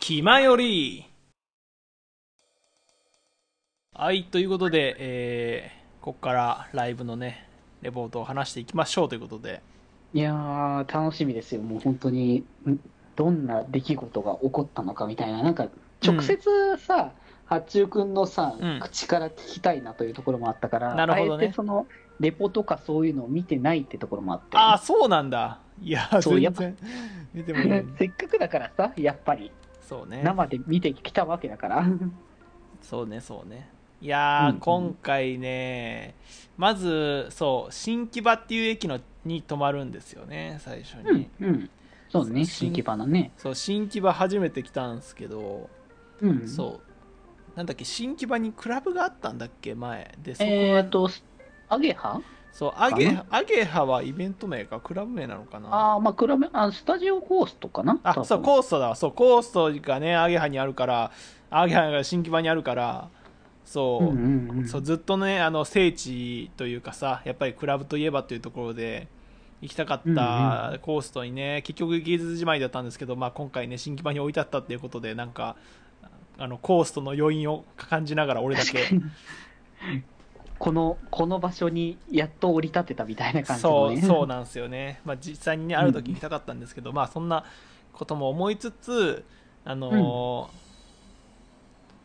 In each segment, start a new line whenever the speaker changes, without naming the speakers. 暇より。はい、ということで、えーここからライブのね、レポートを話していきましょうということで、
いやー、楽しみですよ。もう本当に、んどんな出来事が起こったのかみたいな、なんか、直接さ、八中君のさ、
うん
口から聞きたいなというところもあったから、
なるほどね
あえてその、レポとかそういうのを見てないってところもあって、
ああ、そうなんだ。いや、
そう
全
やっぱ
然、見ても ない。
せっかくだからさ、やっぱり、
そうね。
生で見てきたわけだから。
そうね、そうね。いやー、
うん
今回ね、まず、そう、新木場っていう駅のに泊まるんですよね、最初に。
うん、うん。そうね、
新
新規花ね。
そう、新木場初めて来たんですけど、
うん。
そう。なんだっけ、新木場にクラブがあったんだっけ、前。で、そこは、
えーと、アゲハ
そう、アゲ
かな
アゲハはイベント名か、クラブ名なのかな。
ああ、まあ、比べ、あスタジオコーストかな
あ、そう、
ース
コーストだわ。そう、コーストがね、アゲハにあるから、アゲハが新木場にあるから、そう、
うんうんうん、
そうずっとねあの聖地というかさやっぱりクラブといえばというところで行きたかっ
うん
たコーストにね、結局行けずじまいだったんですけど、まあ、今回ね新木場に置いてあったっていうことでなんかあのコーストの余韻を感じながら俺だけ
この、この場所にやっと降り立てたみたいな感じ
そ
の
う
ね。
そうなんですよね、 まあ、実際にねある時行きたかったんですけど、まあそんなことも思いつつあのー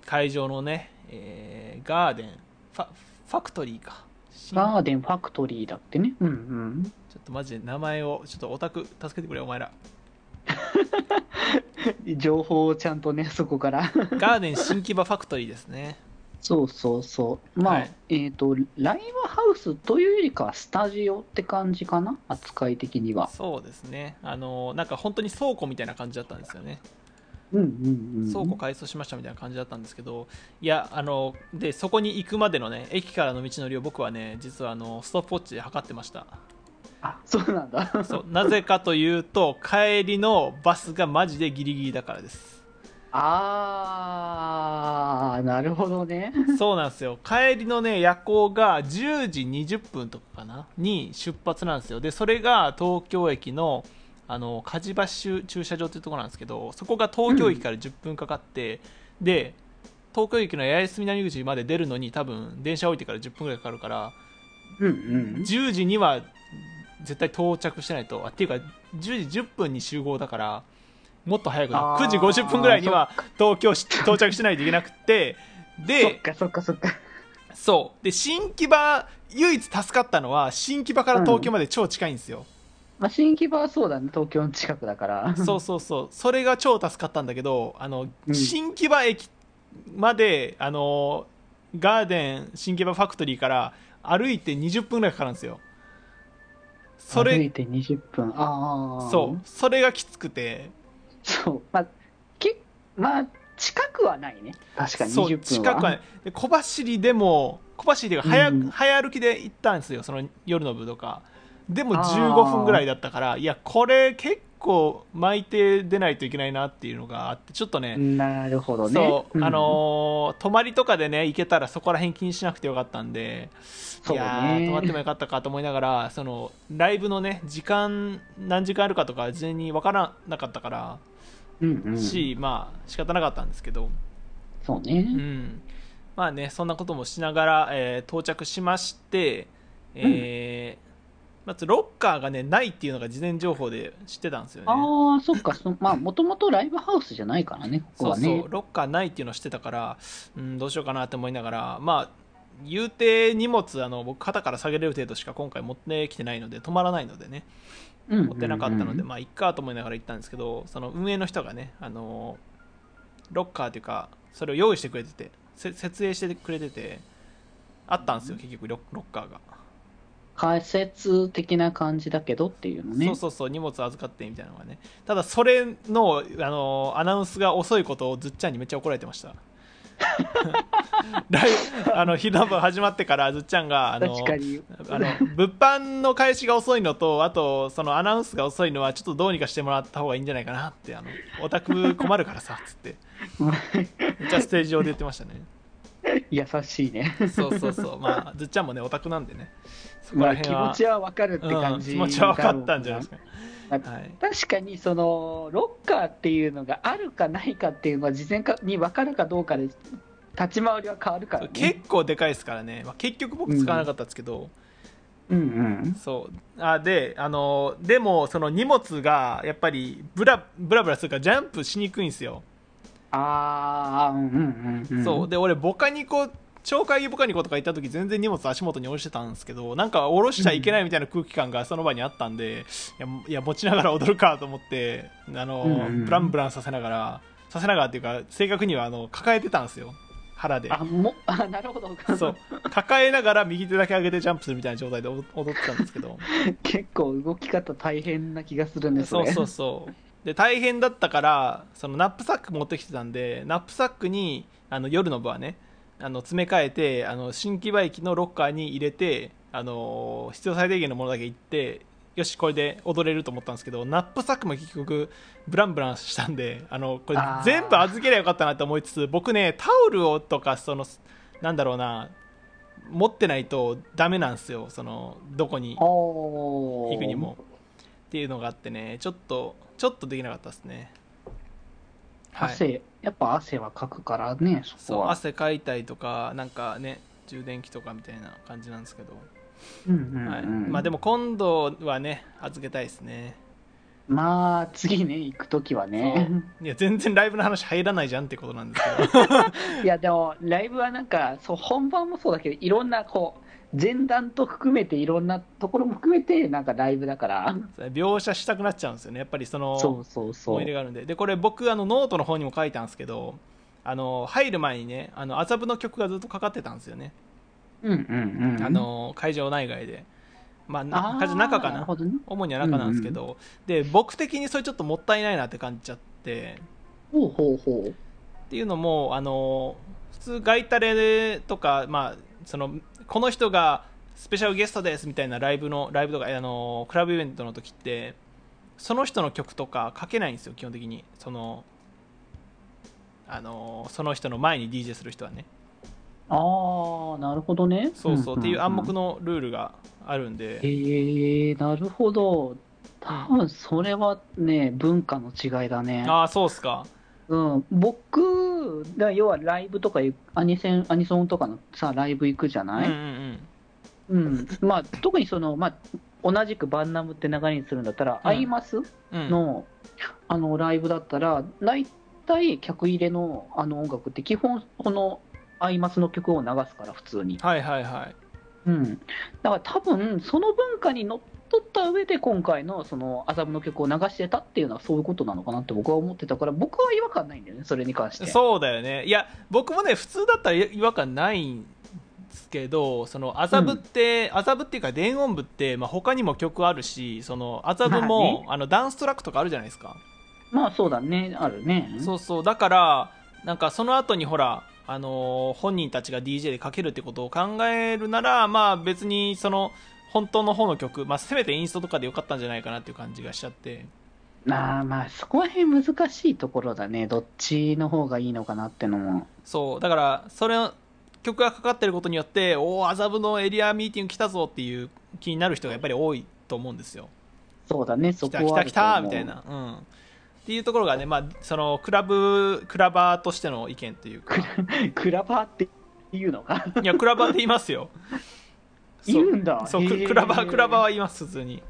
会場のね、えーガーデンファファクトリーか新
ガーデンファクトリーだってね。うんうん。
ちょっとマジで名前をちょっとオタク助けてくれお前ら
情報をちゃんとね、そこから。
ガーデン新木場ファクトリーです ね
そうそうそう。まあ、
はい
えっ、と、ライブハウスというよりかはスタジオって感じかな扱い的には。
そうですねあのなんか本当に倉庫みたいな感じだったんですよね
うんうんうん。
倉庫改装しましたみたいな感じだったんですけどいやあのでそこに行くまでのね駅からの道のりを僕はね実はあのストップウォッチで測ってました
あ、そうなんだ。
そうなぜかというと帰りのバスがマジでギリギリだからです
あー、なるほどね。
そうなんですよ帰りのね夜行が10時20分とかかなに出発なんですよでそれが東京駅のあの梶橋駐車場っていうところなんですけどそこが東京駅から10分かかって、で東京駅の八重洲南口まで出るのに多分電車降りてから10分ぐらいかかるから
うんうん。
10時には絶対到着してないとあっていうか10時10分に集合だからもっと早くな
あ
9
ー
時50分ぐらいには東京し到着しないといけなくて
そ
で
っかそっかそっか。
そう。で、新木場、唯一助かったのは、新木場から東京まで超近いんですよ。
まあ、新木場はそうだね、東京の近くだから。
そうそうそう。それが超助かったんだけど、あの、
うん
新木場駅まで、あの、ガーデン新木場ファクトリーから歩いて20分ぐらいかかるんですよ。そ
歩い
れ、
て20分。ああ。
そう。。それがきつくて、
そう。まあ、けまあ、近くはないね。確かに20分
そう、
は。
近くは、で小走りでも、小走りで早,、
うん
早歩きで行ったんですよ、その夜の部とか。でも
あー
15分ぐらいだったから、いや、これ結構巻いて出ないといけないなっていうのがあって、ちょっとね、
なるほどね。
そう、
ん
あのー泊まりとかでね、行けたらそこら辺気にしなくてよかったんで、
そう
い
ね
やー泊まってもよかったかと思いながら、その、ライブのね、時間、何時間あるかとか、事前に分からなかったから、
うんうん。
し、まあ、仕方なかったんですけど、
そうね。
うん、まあねそんなこともしながら、えー到着しまして、えーまずロッカーがねないっていうのが事前情報で知ってたんですよね
ああ、そっか、そまあ、もともとライブハウスじゃないからね、ここ
そう
は
そ
ね。
うロッカーないっていうのを知ってたから、うん、どうしようかなって思いながらまあ言うて荷物あの僕肩から下げれる程度しか今回持ってきてないので止まらないのでね
うんうんうん
持ってなかったので、まあいっかと思いながら行ったんですけどその運営の人がねあのロッカーというかそれを用意してくれててせ設営してくれててあったんですよ結局ロロッカーが、
解説的な感じだけどっていうのね。
そうそうそう荷物預かってみたいなのがねただそれのあのアナウンスが遅いことをずっちゃんにめっちゃ怒られてました ライブあの昼間始まってからずっちゃんがあの
確かに。
あの物販の開始が遅いのとあとそのアナウンスが遅いのはちょっとどうにかしてもらった方がいいんじゃないかなってあのオタク困るからさっつってめっちゃステージ上で言ってましたね
優しいね。
そうそうそうまあずっちゃんもねオタクなんでねそこ
ま
ら
あ、
辺
気
は、
持ちはわかるって
うん
感じ、
気持ちは分かったんじゃないですかはい、
確かにそのロッカーっていうのがあるかないかっていうのは事前かに分かるかどうかで立ち回りは変わるからね。
結構でかいですからね、まあ、結局僕使わなかったんですけど、
うんうん
そうあであのでもその荷物がやっぱりブラブラブラするからジャンプしにくいんですよ、
ああ、うんうんうんうん。
そうで俺ボカニコ超会議ボカニコとか行った時全然荷物足元に落ちてたんですけどなんか下ろしちゃいけないみたいな空気感がその場にあったんで、いやいや持ちながら踊るかと思ってあの、
うんうん
ブランブランさせながらさせながらっていうか正確にはあの抱えてたんですよ腹で
あ、も、あ、なるほど。
そう抱えながら右手だけ上げてジャンプするみたいな状態で踊踊ってたんですけど
結構動き方大変な気がするんです
そ
ね。
うそうそうで大変だったからそのナップサック持ってきてたんでナップサックにあの夜の部はねあの詰め替えてあの新木場駅のロッカーに入れてあの必要最低限のものだけ行ってよしこれで踊れると思ったんですけどナップサックも結局ブランブランしたんであのこれ
あー
全部預けりゃよかったなと思いつつ僕ねタオルをとかそのなんだろうな持ってないとダメなんですよそのどこに
おー
行くにもっていうのがあってねちょっとちょっとできなかったですねはい
汗、やっぱ汗はかくからね、そこ
そう
は。
汗かいたりとかなんかね充電器とかみたいな感じなんですけど、
うんうんうん
はいまあでも今度はね預けたいですね
まあ次ね行くときはね
いや全然ライブの話入らないじゃんってことなんです けど
いやでもライブはなんかそう本番もそうだけどいろんなこう前段と含めていろんなところも含めてなんかライブだから
それ描写したくなっちゃうんですよねやっぱりその
そうそうそ
思
う
い出があるんででこれ僕あのノートの方にも書いたんですけどあの入る前にねあの麻布の曲がずっとかかってたんですよね、
うんうんうん
あの会場内外でまあ
あー
会場中か
なる
な
ほどね
主には中なんですけど、で僕的にそれちょっともったいないなって感じちゃって
ほうほうほう
っていうのもあの普通ガイタレとか、まあ、そのこの人がスペシャルゲストですみたいなライブのライブとかあのクラブイベントの時ってその人の曲とか書けないんですよ基本的にそのあのその人の前に DJ する人はね
ああなるほどね
そうそう,、っていう暗黙
の
のルールがあるんで、
へえなるほど多分それはね文化の違いだね
ああそうっすか
うん、僕、だ要はライブとかいうアニセン、アニソンとかのさ、ライブ行くじゃ
うんう
なん
う
い、
ん
うん、まあ、特にその、まあ、同じくバンナムって流れにするんだったら、
うん
アイマス
うん
の、あの、ライブだったら、大体客入れの、あの音楽って基本、この、アイマスの曲を流すから、普通に。
はいはいはい
うん。だから多分、その文化にのっとった上で、今回の、その、麻布の曲を流してたっていうのは、そういうことなのかなって僕は思ってたから、僕は違和感ないんだよね、それに関して。
そうだよねいや僕もね普通だったら違和感ないんですけどその麻布って麻布、っていうか電音部って、まあ、他にも曲あるしその麻布も、あのダンストラックとかあるじゃないですか、
まあそうだね、あるね。
そうそうだからなんかその後にほらあのー本人たちが DJ でかけるってことを考えるならまあ別にその本当の方の曲、まあ、せめてインストとかでよかったんじゃないかなっていう感じがしちゃって
まあまあ、そこら辺難しいところだね。どっちの方がいいのかなってのも。
そうだからそれ曲がかかってることによっておお麻布のエリアミーティング来たぞっていう気になる人がやっぱり多いと思うんですよ
そうだね、そ
来
こ
た来
はあ
た
る
来
と思う
たみたい。なうんっていうところがね、まあ、そのクラブクラバーとしての意見というか
クラバーって言うのか
いやクラバーって言います よ
言うんんだ。
そう
へ
ク
え
クラバークラバーは言います普通に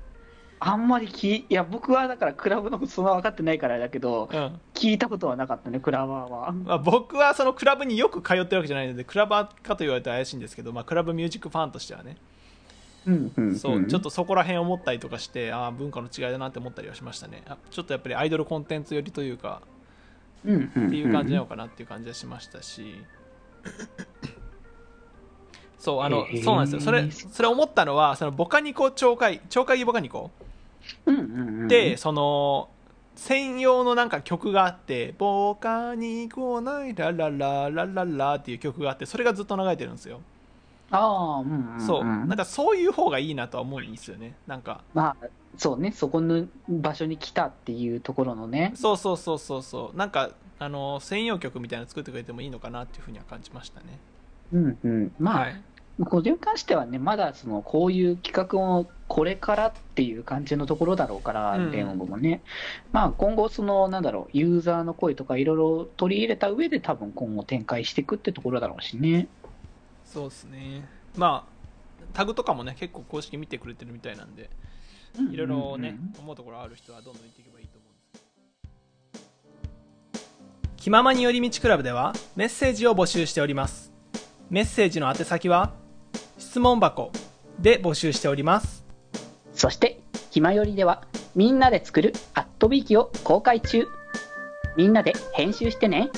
あんまり聞い、いや、僕はだからクラブのことそんな分かってないからだけど、
うん
聞いたことはなかったね、クラバーは。
まあ、僕はそのクラブによく通ってるわけじゃないのでクラバーかと言われて怪しいんですけど、まあ、クラブミュージックファンとしてはね
うんうん。
そう、
ん
ちょっ。とそこら辺思ったりとかしてああ文化の違いだなって思ったりはしましたねあちょっとやっぱりアイドルコンテンツ寄りというか
うんうん。っ
っていう感じな
よ。
のかなっていう感じはしましたし、 そうあの、
へー
そうなんですよそれそれ思ったのはそのボカニコ鳥海鳥海ボカニコ
うんうんうん。
で、、その専用のなんか曲があって「ボカニコないララララララ」っていう曲があってそれがずっと流れてるんですよ、
ああ、うんうん、うん。
そうなんかそういう方がいいなとは思うんですよねなんか
まあ、そうね、そこの場所に来たっていうところのね。
そうそうそうそうそうなんかあの専用曲みたいなの作ってくれてもいいのかなっていうふうには感じましたね
うんうん。まあ、
い
これに関してはね、まだそのこういう企画をこれからっていう感じのところだろうから、
うん
電音部もね、まあ、今後、そのなんだろう、ユーザーの声とかいろいろ取り入れた上で、多分今後展開していくってところだろうしね。
そうですねまあタグとかもね結構公式見てくれてるみたいなんでいろいろね、
うんうんうん
思うところある人はどんどん言っていけばいいと思うんです気ままに寄り道クラブではメッセージを募集しておりますメッセージの宛先は質問箱で募集しております
そして、ひまよりでは、みんなで作るアットビーキを公開中。みんなで編集してね。